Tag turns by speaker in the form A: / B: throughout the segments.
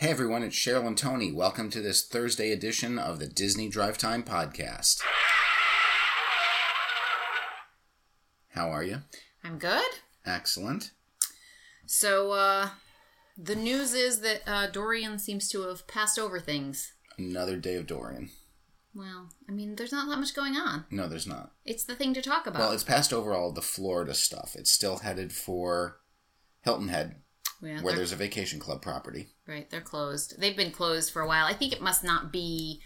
A: Hey everyone, it's Cheryl and Tony. Welcome to this Thursday edition of the Disney Drive Time Podcast. How are you?
B: I'm good.
A: Excellent.
B: So, uh, the news is that uh, Dorian seems to have passed over things.
A: Another day of Dorian.
B: Well, I mean, there's not that much going on.
A: No, there's not.
B: It's the thing to talk about.
A: Well, it's passed over all the Florida stuff. It's still headed for Hilton Head,
B: yeah,
A: where
B: they're-
A: there's a vacation club property.
B: right, they're closed. They've been closed for a while. I think it must not be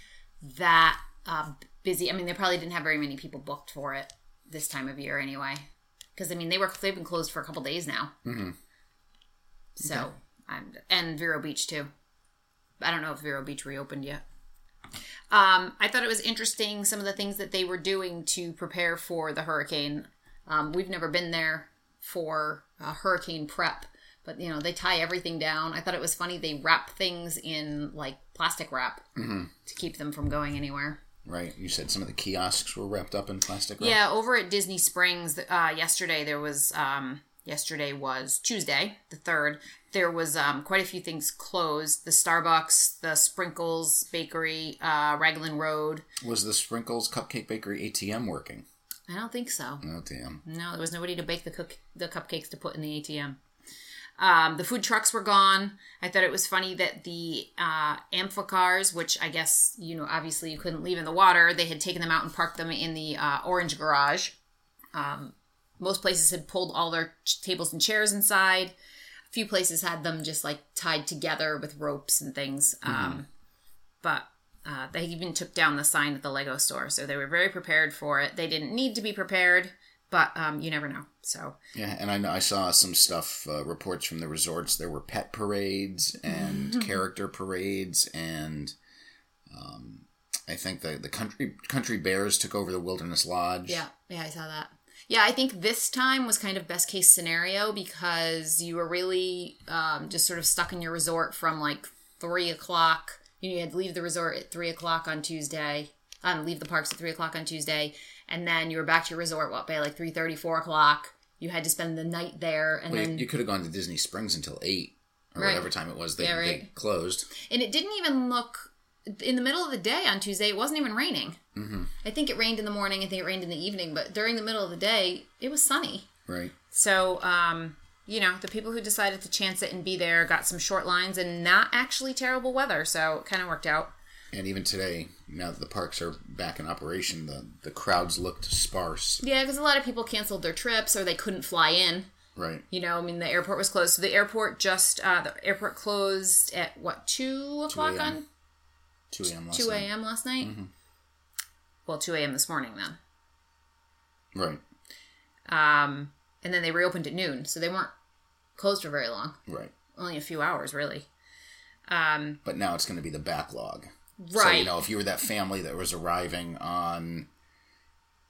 B: that uh, busy. I mean, they probably didn't have very many people booked for it this time of year anyway. Because, I mean, they were, they've been closed for a couple days now.
A: Mm-hmm.
B: So, I'm, and Vero Beach too. I don't know if Vero Beach reopened yet. Um, I thought it was interesting some of the things that they were doing to prepare for the hurricane. Um, we've never been there for uh, hurricane prep, but you know they tie everything down. I thought it was funny they wrap things in like plastic wrap to keep them from going anywhere.
A: Right? You said some of the kiosks were wrapped up in plastic wrap.
B: Yeah, over at Disney Springs uh, yesterday there was um, yesterday was Tuesday the third. There was um, quite a few things closed: the Starbucks, the Sprinkles Bakery, uh, Raglan Road.
A: Was the Sprinkles Cupcake Bakery ATM working?
B: I don't think so.
A: Oh, damn.
B: No, there was nobody to bake the cook the cupcakes to put in the ATM. Um, the food trucks were gone. I thought it was funny that the uh, amphicars, which I guess you know, obviously you couldn't leave in the water, they had taken them out and parked them in the uh, orange garage. Um, most places had pulled all their ch- tables and chairs inside. A few places had them just like tied together with ropes and things. Um, but uh, they even took down the sign at the Lego store, so they were very prepared for it. They didn't need to be prepared, but um, you never know. So
A: Yeah, and I know I saw some stuff uh, reports from the resorts. There were pet parades and character parades, and um, I think the the country country bears took over the Wilderness Lodge.
B: yeah, yeah, I saw that. Yeah, I think this time was kind of best case scenario because you were really um, just sort of stuck in your resort from like three o'clock. You, know, you had to leave the resort at three o'clock on Tuesday. Um, leave the parks at three o'clock on Tuesday, and then you were back to your resort what by like three thirty, four o'clock. You had to spend the night there, and
A: Well, you-
B: then
A: you, could have gone to Disney Springs until eight or
B: Right.
A: whatever time it was they,
B: Yeah,
A: they
B: right.
A: closed.
B: and it didn't even look in the middle of the day on Tuesday. It wasn't even raining. Mm-hmm. I think it rained in the morning. I think it rained in the evening, but during the middle of the day, it was sunny.
A: Right.
B: So, um, you know, the people who decided to chance it and be there got some short lines and not actually terrible weather, so it kind of worked out.
A: And even today, now that the parks are back in operation, the the crowds looked sparse.
B: Yeah, because a lot of people canceled their trips or they couldn't fly in.
A: Right.
B: You know, I mean, the airport was closed. So the airport just uh, the airport closed at what two o'clock
A: a.m.
B: on
A: Two a.m. last
B: two
A: night.
B: a.m. last night. Well, two a.m. this morning then.
A: Right.
B: Um, and then they reopened at noon, so they weren't closed for very long.
A: Right.
B: Only a few hours, really.
A: But now it's going to be the backlog. So
B: Right.
A: you know, if you were that family that was arriving on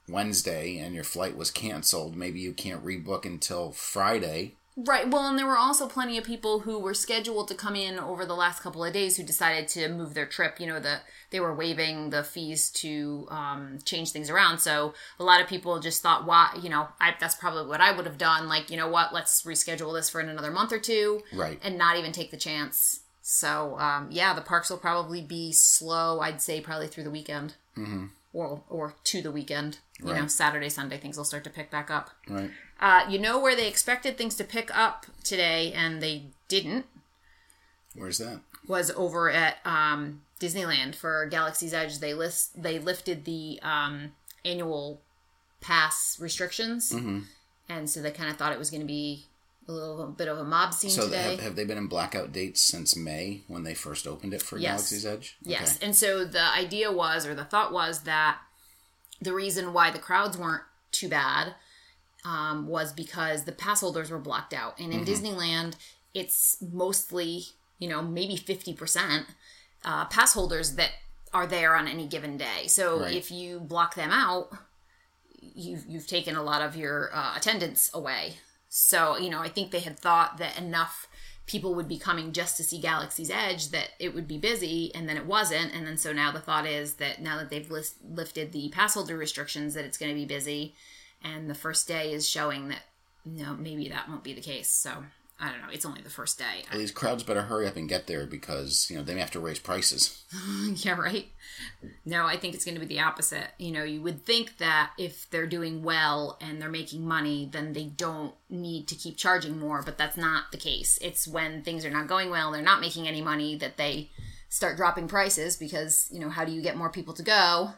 A: Wednesday and your flight was canceled, maybe you can't rebook until Friday.
B: Right. Well, and there were also plenty of people who were scheduled to come in over the last couple of days who decided to move their trip. You know, the they were waiving the fees to um, change things around. So a lot of people just thought, why? You know, I, that's probably what I would have done. Like, you know what? Let's reschedule this for in another month or two,
A: Right.
B: and not even take the chance. So um, yeah, the parks will probably be slow. I'd say probably through the weekend, mm-hmm. or or to the weekend. You know,
A: Right.
B: Saturday, Sunday, things will start to pick back up.
A: Right.
B: Uh, you know where they expected things to pick up today and they didn't
A: Where's that?
B: was over at um, Disneyland for Galaxy's Edge. They list they lifted the um, annual pass restrictions,
A: Mm-hmm.
B: and so they kind of thought it was going to be a little bit of a mob scene
A: So
B: today.
A: have, have they been in blackout dates since May when they first opened it for
B: Yes.
A: Galaxy's Edge?
B: Yes.
A: Okay.
B: And so the idea was, or the thought was, that the reason why the crowds weren't too bad um, was because the pass holders were blocked out. And
A: Mm-hmm.
B: in Disneyland, it's mostly, you know, maybe 50% uh, pass holders that are there on any given day. So
A: Right.
B: if you block them out, you've, you've taken a lot of your uh, attendance away. So, you know, I think they had thought that enough people would be coming just to see Galaxy's Edge that it would be busy, and then it wasn't. And then so now the thought is that now that they've list, lifted the pass holder restrictions, that it's going to be busy. And the first day is showing that, no, maybe that won't be the case. So I don't know. It's only the first day.
A: Well, these crowds better hurry up and get there because you know they may have to raise prices.
B: yeah, right. No, I think it's going to be the opposite. You know, you would think that if they're doing well and they're making money, then they don't need to keep charging more, but that's not the case. It's when things are not going well, they're not making any money that they start dropping prices because, you know, how do you get more people to go?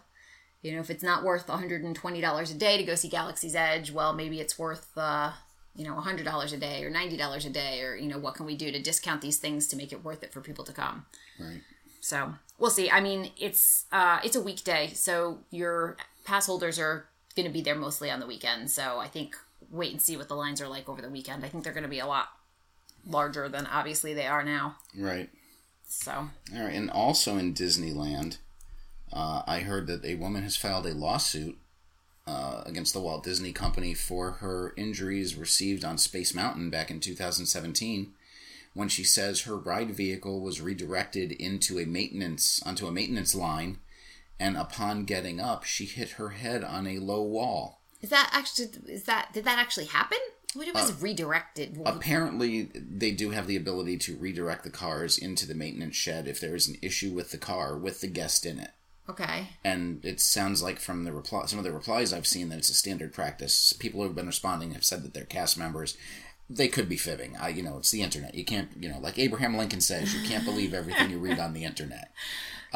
B: You know, if it's not worth $120 a day to go see Galaxy's Edge, well, maybe it's worth uh, you know, $100 a day or $90 a day or, you know, what can we do to discount these things to make it worth it for people to come?
A: Right.
B: So we'll see. I mean, it's uh, it's a weekday, so your pass holders are going to be there mostly on the weekend. So I think wait and see what the lines are like over the weekend. I think they're going to be a lot larger than obviously they are now.
A: Right.
B: So
A: All right. And also in Disneyland, uh, I heard that a woman has filed a lawsuit uh, against the Walt Disney Company for her injuries received on Space Mountain back in 2017, when she says her ride vehicle was redirected into a maintenance onto a maintenance line, and upon getting up, she hit her head on a low wall.
B: is that actually is that did that actually happen? What it was
A: Uh,
B: redirected?
A: Apparently, they do have the ability to redirect the cars into the maintenance shed if there is an issue with the car with the guest in it.
B: Okay,
A: and it sounds like from the reply, some of the replies I've seen that it's a standard practice. People who have been responding have said that they're cast members. They could be fibbing. I, you know, it's the internet. You can't, you know, like Abraham Lincoln says, you can't believe everything you read on the internet.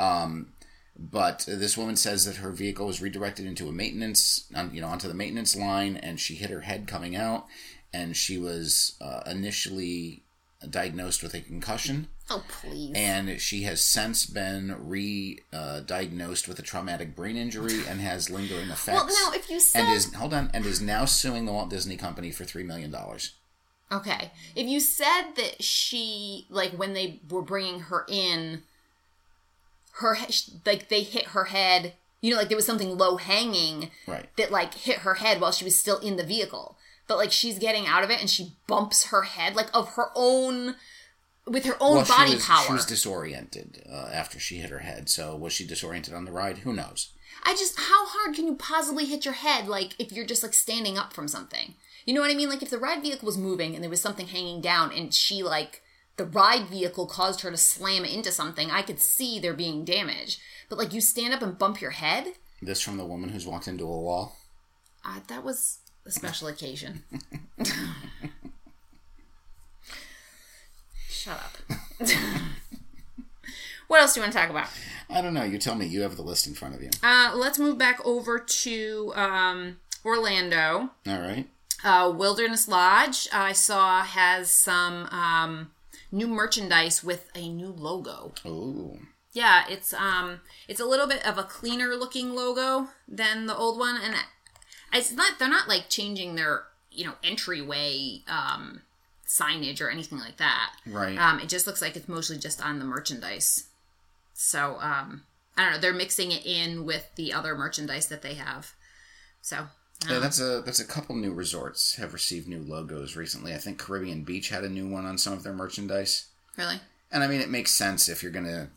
A: Um, but this woman says that her vehicle was redirected into a maintenance, on, you know, onto the maintenance line, and she hit her head coming out, and she was uh, initially diagnosed with a concussion
B: oh please.
A: and she has since been re-diagnosed with a traumatic brain injury and has lingering
B: well,
A: effects.
B: now if you said
A: and is hold on, and is now suing the Walt Disney Company for three million dollars.
B: Okay. If you said that she, like, when they were bringing her in, her, he- sh- like, they hit her head, you know, like there was something low hanging
A: Right.
B: that, like, hit her head while she was still in the vehicle. But, like, she's getting out of it and she bumps her head, like, of her own, with her own
A: Well,
B: body
A: she was,
B: power.
A: She was disoriented uh, after she hit her head. So was she disoriented on the ride? Who knows?
B: I just, how hard can you possibly hit your head, like, if you're just, like, standing up from something? You know what I mean? Like, if the ride vehicle was moving and there was something hanging down and she, like, the ride vehicle caused her to slam into something, I could see there being damage. But, like, you stand up and bump your head?
A: This from the woman who's walked into a wall.
B: Uh, that was a special occasion. Shut up. what else do you want to talk about?
A: I don't know. You tell me. You have the list in front of you.
B: Uh, let's move back over to um, Orlando.
A: All right.
B: uh, Wilderness Lodge, I saw has some um, new merchandise with a new logo.
A: Oh,
B: Yeah, it's um, it's a little bit of a cleaner looking logo than the old one, and it's not they're not like changing their you know entryway um, signage or anything like that.
A: right.
B: Um, it just looks like it's mostly just on the merchandise. So um, I don't know. They're mixing it in with the other merchandise that they have. So
A: Yeah, that's a that's a couple new resorts have received new logos recently. I think Caribbean Beach had a new one on some of their merchandise.
B: really.
A: And I mean, it makes sense if you're gonna,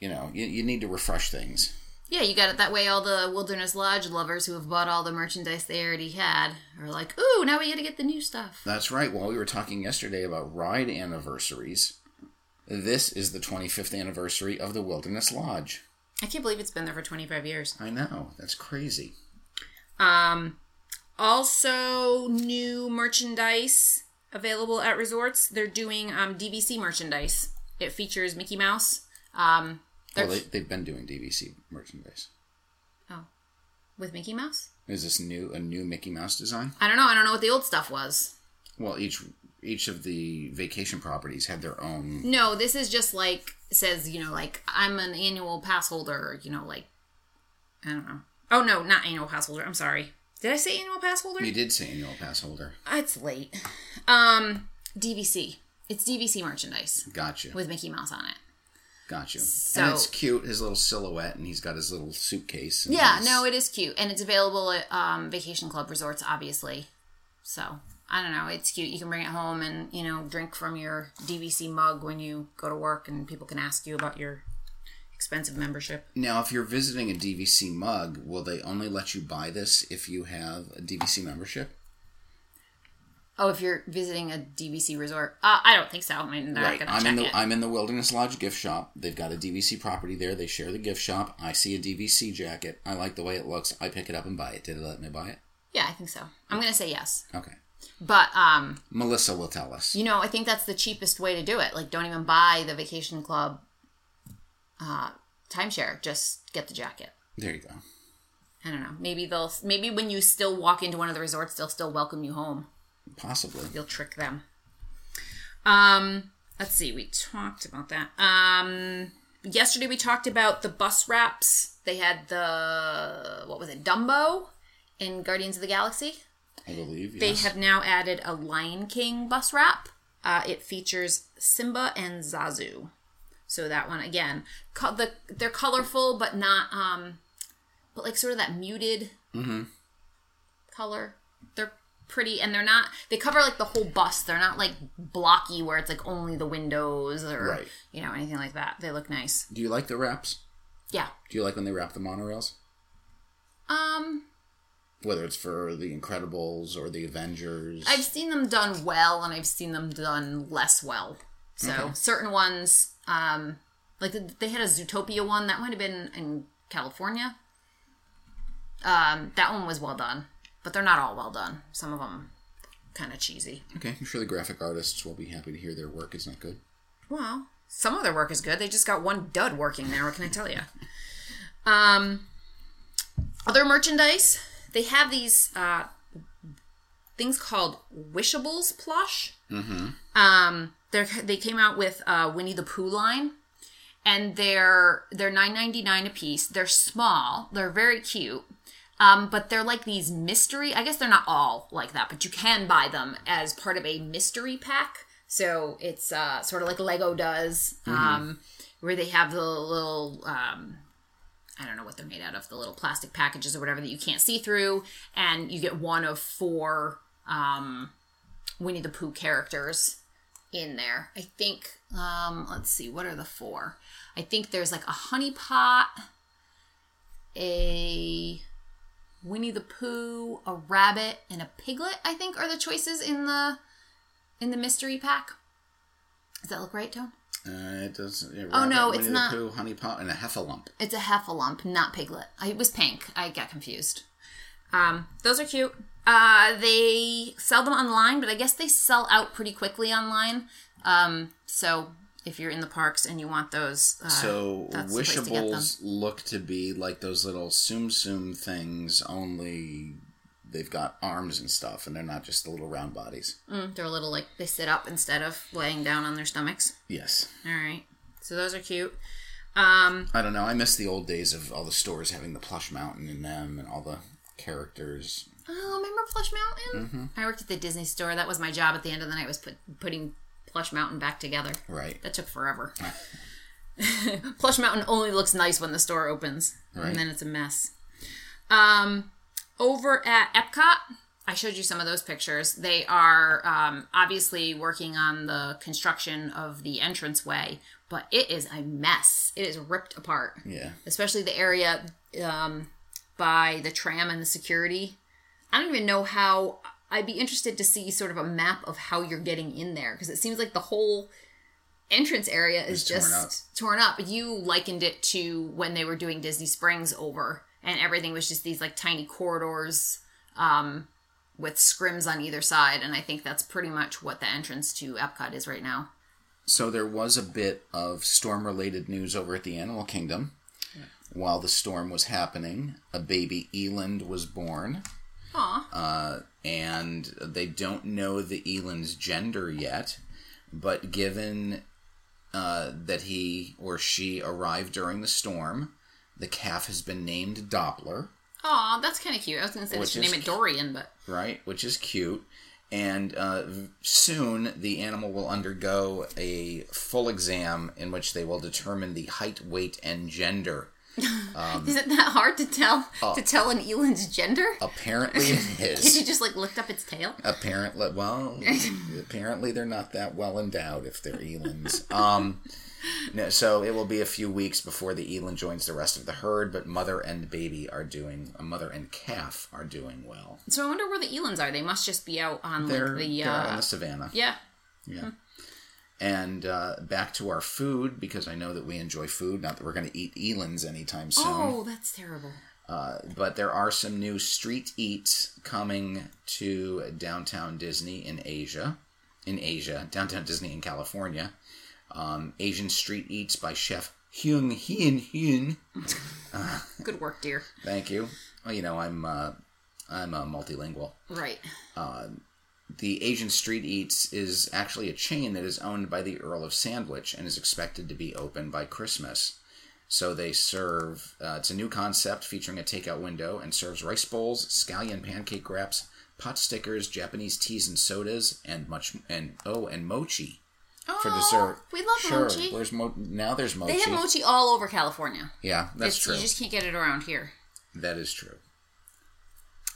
A: you know, you, you need to refresh things.
B: Yeah, you got it. That way, all the Wilderness Lodge lovers who have bought all the merchandise they already had are like, ooh, now we got to get the new stuff.
A: That's right. While we were talking yesterday about ride anniversaries, this is the 25th anniversary of the Wilderness Lodge.
B: I can't believe it's been there for 25 years.
A: I know that's crazy.
B: Um, also, new merchandise available at resorts. They're doing um, DVC merchandise. It features Mickey Mouse um,
A: Well, Oh, they, they've been doing DVC merchandise.
B: oh, with Mickey Mouse.
A: Is this new a new Mickey Mouse design?
B: I don't know. I don't know what the old stuff was.
A: Well, each each of the vacation properties had their own.
B: No, this is just like says, you know, like I'm an annual pass holder, you know, like I don't know. Oh no, not annual pass holder. I'm sorry. Did I say annual pass holder?
A: You did say annual pass holder.
B: It's late. Um DVC. It's DVC merchandise
A: Got you.
B: with Mickey Mouse on it.
A: Got you.
B: So-
A: and it's cute. His little silhouette, and he's got his little suitcase. and
B: Yeah,
A: he's-
B: no, it is cute and it's available at um, vacation club resorts obviously. So, I don't know, it's cute. You can bring it home and, you know, drink from your DVC mug when you go to work and people can ask you about your expensive membership.
A: Now, if you're visiting a DVC mug, will they only let you buy this if you have a DVC membership?
B: Oh, if you're visiting a DVC resort, uh, I don't think so. I mean, they're
A: right.
B: not going
A: I'm
B: to
A: in
B: check
A: the
B: it.
A: I'm in the Wilderness Lodge gift shop. They've got a DVC property there. They share the gift shop. I see a DVC jacket. I like the way it looks. I pick it up and buy it. Did it let me buy it?
B: yeah, I think so. I'm going to say yes,
A: Okay.
B: but um,
A: Melissa will tell us.
B: you know, I think that's the cheapest way to do it. Like, don't even buy the vacation club uh, timeshare. Just get the jacket.
A: There you go.
B: I don't know. Maybe they'll. Maybe when you still walk into one of the resorts, they'll still welcome you home.
A: Possibly.
B: You'll trick them. Um, let's see. We talked about that. Um, yesterday we talked about the bus wraps. They had the what was it, Dumbo, in Guardians of the Galaxy.
A: I believe.
B: They
A: yes.
B: have now added a Lion King bus wrap. Uh, it features Simba and Zazu. So that one again, co- the they're colorful but not um, but like sort of that muted
A: Mm-hmm.
B: color. They're pretty and they're not. They cover like the whole bus. They're not like blocky where it's like only the windows or
A: Right.
B: you know anything like that. They look nice.
A: Do you like the wraps?
B: Yeah.
A: Do you like when they wrap the monorails?
B: Um,
A: Whether it's for the Incredibles or the Avengers.
B: I've seen them done well and I've seen them done less well. So certain ones, um, like th- they had a Zootopia one that might have been in California. Um, that one was well done, but they're not all well done. Some of them kind of cheesy.
A: okay. I'm sure the graphic artists will be happy to hear their work is not good.
B: Well, some of their work is good. They just got one dud working there. What can I tell you? Um, other merchandise. They have these uh, things called Wishables plush. Mm-hmm. Um, they're, they came out with uh, Winnie the Pooh line, and they're they're nine ninety nine a piece. They're small. They're very cute. Um, but they're like these mystery. I guess they're not all like that, but you can buy them as part of a mystery pack. So it's uh, sort of like Lego does, um, where they have the little um, I don't know what they're made out of, the little plastic packages or whatever that you can't see through, and you get one of four um, Winnie the Pooh characters in there. I think. Um, let's see, what are the four? I think there's like a honey pot, a Winnie the Pooh, a rabbit, and a piglet. I think are the choices in the in the mystery pack. Does that look right, Tone?
A: Uh, it doesn't. yeah,
B: Oh, no,
A: Rabbit,
B: it's
A: Winnie
B: not.
A: The Pooh, Honey Pot, and a Heffalump.
B: It's a heffalump, not piglet. I, it was pink. I got confused. Um, those are cute. Uh, they sell them online, but I guess they sell out pretty quickly online. Um, so if you're in the parks and you want those, uh,
A: So
B: that's the place to get them.
A: wishables look to be like those little tsum tsum things, only they've got arms and stuff, and they're not just the little round bodies.
B: mm, they're a little like they sit up instead of laying down on their stomachs.
A: Yes,
B: All right. So those are cute. Um,
A: I don't know. I miss the old days of all the stores having the plush mountain in them and all the characters.
B: Oh, remember Plush Mountain? I worked at the Disney store. That was my job at the end of the night was put, putting Plush Mountain back together.
A: Right.
B: That took forever. Plush Mountain only looks nice when the store opens,
A: Right.
B: and then it's a mess. Um, over at Epcot, I showed you some of those pictures. They are um, obviously working on the construction of the entranceway, but it is a mess. It is ripped apart
A: Yeah.
B: especially the area um, by the tram and the security. I don't even know how. I'd be interested to see sort of a map of how you're getting in there because it seems like the whole entrance area is
A: It's torn
B: just torn up. You likened it to when they were doing Disney Springs over, and everything was just these like tiny corridors um, with scrims on either side. And I think that's pretty much what the entrance to Epcot is right now.
A: So there was a bit of storm related news over at the Animal Kingdom. While the storm was happening, a baby eland was born.
B: Aw.
A: Uh, and they don't know the eland's gender yet, but given uh, that he or she arrived during the storm, the calf has been named Doppler,
B: Aw, that's kind of cute. I was going to say they
A: Which
B: should
A: is
B: name it
A: cu-
B: Dorian, but
A: right? Which is cute. And uh, v- soon the animal will undergo a full exam in which they will determine the height, weight, and gender.
B: Is it that hard to tell
A: Oh.
B: to tell an eland's gender?
A: Apparently, it
B: If you
A: is.
B: just like lift up its tail?
A: Oh. Apparently, well, apparently they're not that well endowed if they're elands. Um, No, so it will be a few weeks before the eland joins the rest of the herd, but mother and baby are doing, uh, mother and calf are doing well.
B: So I wonder where the elands are. They must just be out on like,
A: They're,
B: the
A: they're
B: uh,
A: on the savannah.
B: yeah.
A: Yeah. And uh, back to our food because I know that we enjoy food. Not that we're going to eat elands anytime soon.
B: Oh, that's terrible.
A: Uh, but there are some new street eats coming to downtown Disney in Asia, in Asia, downtown Disney in California. Um, Asian street eats by chef Hyung Hyun Hyun.
B: Good work, dear.
A: Thank you. Well, you know I'm uh, I'm uh, multilingual.
B: Right.
A: The Asian Street Eats is actually a chain that is owned by the Earl of Sandwich and is expected to be open by Christmas. So they serve, uh, it's a new concept featuring a takeout window and serves rice bowls, scallion pancake wraps, pot stickers, Japanese teas and sodas, and much, and oh, and mochi
B: Oh,
A: for dessert.
B: we love
A: sure,
B: mochi.
A: Where's mo- now there's mochi.
B: They have mochi all over California.
A: Yeah, that's
B: It's-
A: true.
B: You just can't get it around here.
A: That is true.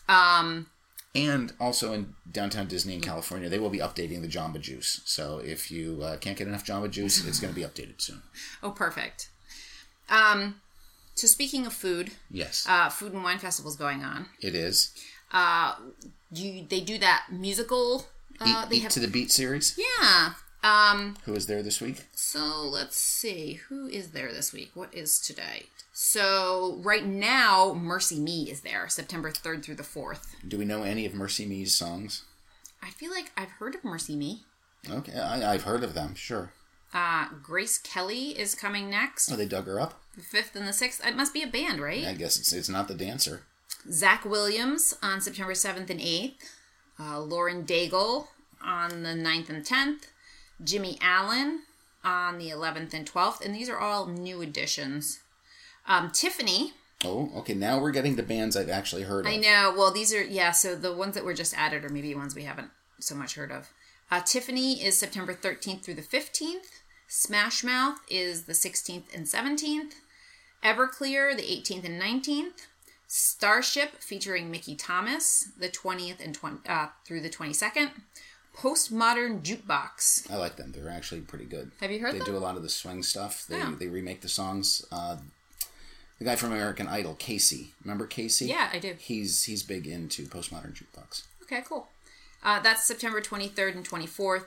B: Um,
A: And also in downtown Disney in California, they will be updating the Jamba Juice. So if you uh, can't get enough Jamba Juice, it's going to be updated soon.
B: oh, perfect. Um, so speaking of food,
A: Yes,
B: uh, food and wine festival's going on.
A: it is.
B: You, they do that musical.
A: Eat,
B: Uh, they
A: Eat
B: have
A: to the Beat series.
B: yeah. Um,
A: Who is there this week?
B: so let's see who is there this week. What is today? So right now, Mercy Me is there, September third through the fourth.
A: Do we know any of Mercy Me's songs?
B: I feel like I've heard of Mercy Me.
A: Okay, I, I've heard of them. Sure.
B: Uh, Grace Kelly is coming next,
A: Oh, they dug her up.
B: the fifth and the sixth. It must be a band, right?
A: I guess it's it's not the dancer.
B: Zach Williams on September 7th and 8th, uh, Lauren Daigle on the 9th and 10th, Jimmy Allen on the 11th and 12th, and these are all new additions. Um, Tiffany,
A: Oh, okay. Now we're getting to bands I've actually heard of.
B: I know, well, these are, yeah, so the ones that were just added are maybe ones we haven't so much heard of. Uh, Tiffany is September 13th through the 15th, Smash Mouth is the 16th and 17th, Everclear, the 18th and 19th. Starship featuring Mickey Thomas, the 20th and 20, uh, through the 22nd. Postmodern Jukebox.
A: I like them. They're actually pretty good.
B: Have you heard
A: They
B: them?
A: do a lot of the swing stuff. They
B: Oh.
A: they remake the songs. Uh, the guy from American Idol, Casey. Remember Casey?
B: Yeah, I do.
A: He's he's big into postmodern jukebox.
B: Okay, cool. Uh, that's September 23rd and 24th.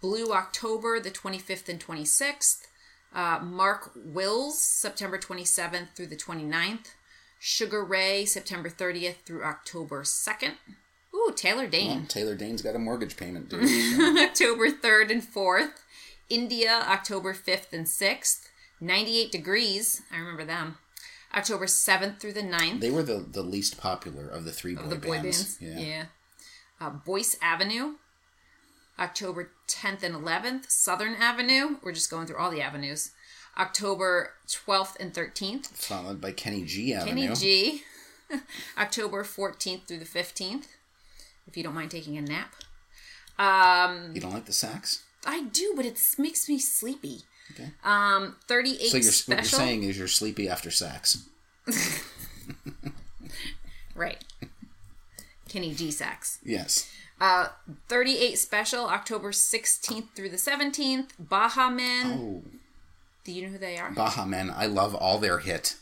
B: Blue October, the 25th and 26th. Uh, Mark Wills, September 27th through the 29th. Sugar Ray, September 30th through October 2nd. Ooh, Taylor Dane.
A: Um, Taylor Dane's got a mortgage payment due.
B: Mm-hmm. October 3rd and 4th. India, October 5th and 6th. 98 Degrees, I remember them. October 7th through the 9th.
A: they were the, the least popular of the three boy,
B: the boy
A: bands.
B: bands. Yeah. Uh, Boyce Avenue, October 10th and 11th. Southern Avenue, we're just going through all the avenues. October 12th and 13th.
A: Followed by Kenny G Avenue.
B: Kenny G, October 14th through the 15th. If you don't mind taking a nap. Um,
A: You don't like the sax?
B: I do, but it makes me sleepy.
A: Okay.
B: Um, 38
A: So you're,
B: special.
A: what you're saying is you're sleepy after sax.
B: Right. Kenny G Sacks.
A: Yes.
B: Uh, 38 special, October 16th through the 17th. Baha Men.
A: Oh,
B: Do you know who they are?
A: Baha Men. I love all their hit.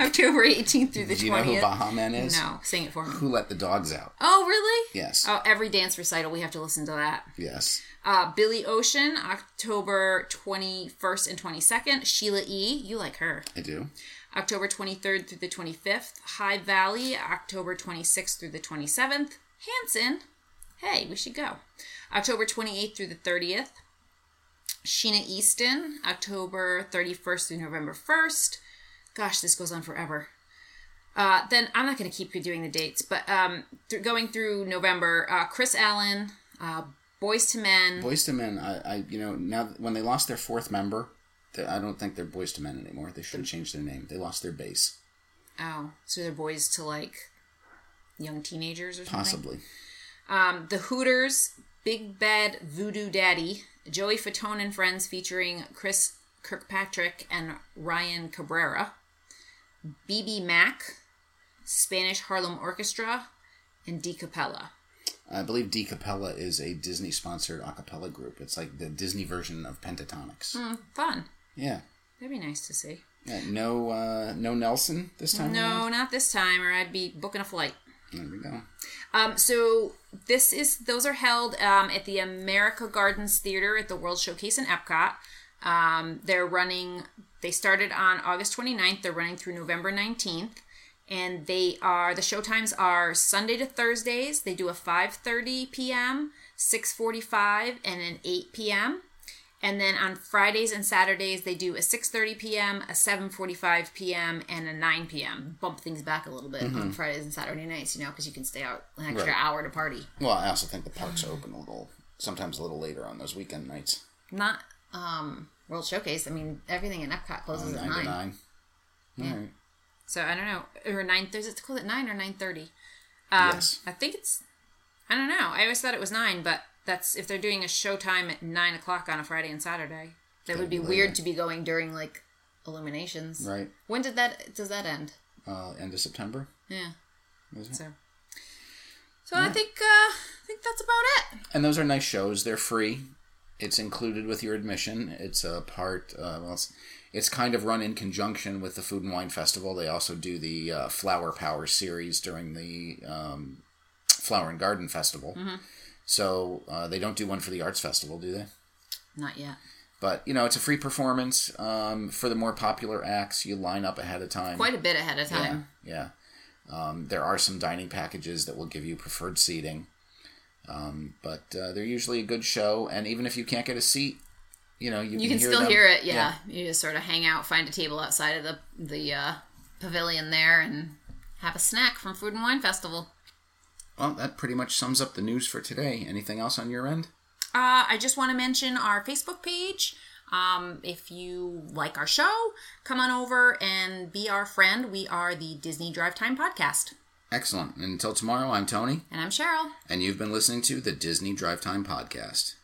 B: October 18th through the
A: Do you
B: 20th.
A: know who Baha Men is?
B: no, sing it for me.
A: Who let the dogs out?
B: Oh, really?
A: Yes.
B: Oh, every dance recital, we have to listen to that.
A: Yes.
B: Uh, Billy Ocean, October 21st and 22nd. Sheila E., you like her.
A: I do.
B: October 23rd through the 25th. High Valley, October 26th through the 27th. Hanson, hey, we should go. October 28th through the 30th. Sheena Easton, October 31st through November 1st. Gosh, this goes on forever. Uh, then I'm not going to keep doing the dates, but um, through, going through November, uh, Chris Allen, uh, Boys to Men.
A: Boys to Men, I, I you know, now that- when they lost their fourth member, they, I don't think they're Boys to Men anymore. They
B: Mm.
A: should have changed their name. They lost their bass,
B: oh, so they're boys to like young teenagers or something?
A: possibly.
B: Um, the Hooters, Big Bad Voodoo Daddy, Joey Fatone and Friends featuring Chris Kirkpatrick and Ryan Cabrera, BB Mac, Spanish Harlem Orchestra, and D Cappella.
A: I believe D Cappella is a Disney sponsored a cappella group. It's like the Disney version of Pentatonics.
B: Mm, fun.
A: Yeah.
B: That'd be nice to see.
A: yeah. No uh, no Nelson this time
B: No,
A: around.
B: not this time, or I'd be booking a flight.
A: There we go.
B: Um, so this is those are held um, at the America Gardens Theater at the World Showcase in Epcot. Um, they're running. They started on August 29th. They're running through November 19th, and they are the show times are Sunday to Thursdays. They do a 5:30 p.m., 6:45, and an 8 p.m. And then on Fridays and Saturdays they do a 6:30 p.m., a 7:45 p.m., and a 9 p.m. Bump things back a little bit on Fridays and Saturday nights, you know, because you can stay out an extra
A: Right.
B: hour to party.
A: Well, I also think the parks are open a little, sometimes a little later on those weekend nights.
B: Not um World Showcase. I mean, everything in Epcot closes at
A: Nine to
B: nine.
A: nine. All right.
B: So I don't know, or nine. Does it close at nine or nine thirty? Um,
A: Yes.
B: I think it's. I don't know. I always thought it was nine, but that's if they're doing a showtime at nine o'clock on a Friday and Saturday. That would be
A: Later.
B: weird to be going during like illuminations.
A: Right.
B: When did that? Does that end?
A: Uh, end of September.
B: Yeah.
A: Is it?
B: So. So I think uh, I think that's about it.
A: And those are nice shows. They're free. It's included with your admission. It's a part. Uh, well, it's, it's kind of run in conjunction with the Food and Wine Festival. They also do the uh, Flower Power series during the um, Flower and Garden Festival. So uh, they don't do one for the Arts Festival, do they?
B: Not yet.
A: But you know, it's a free performance. Um, for the more popular acts, you line up ahead of time.
B: Quite a bit ahead of
A: Yeah,
B: time.
A: yeah. Um, there are some dining packages that will give you preferred seating, um, but uh, they're usually a good show. And even if you can't get a seat, you know you,
B: You can
A: hear
B: still
A: them.
B: hear it. Yeah. You just sort of hang out, find a table outside of the the uh, pavilion there, and have a snack from Food and Wine Festival.
A: Well, that pretty much sums up the news for today. Anything else on your end?
B: Uh, I just want to mention our Facebook page. Um, if you like our show, come on over and be our friend. We are the Disney Drive Time Podcast.
A: Excellent. Until tomorrow, I'm Tony,
B: And I'm Cheryl.
A: and you've been listening to the Disney Drive Time Podcast.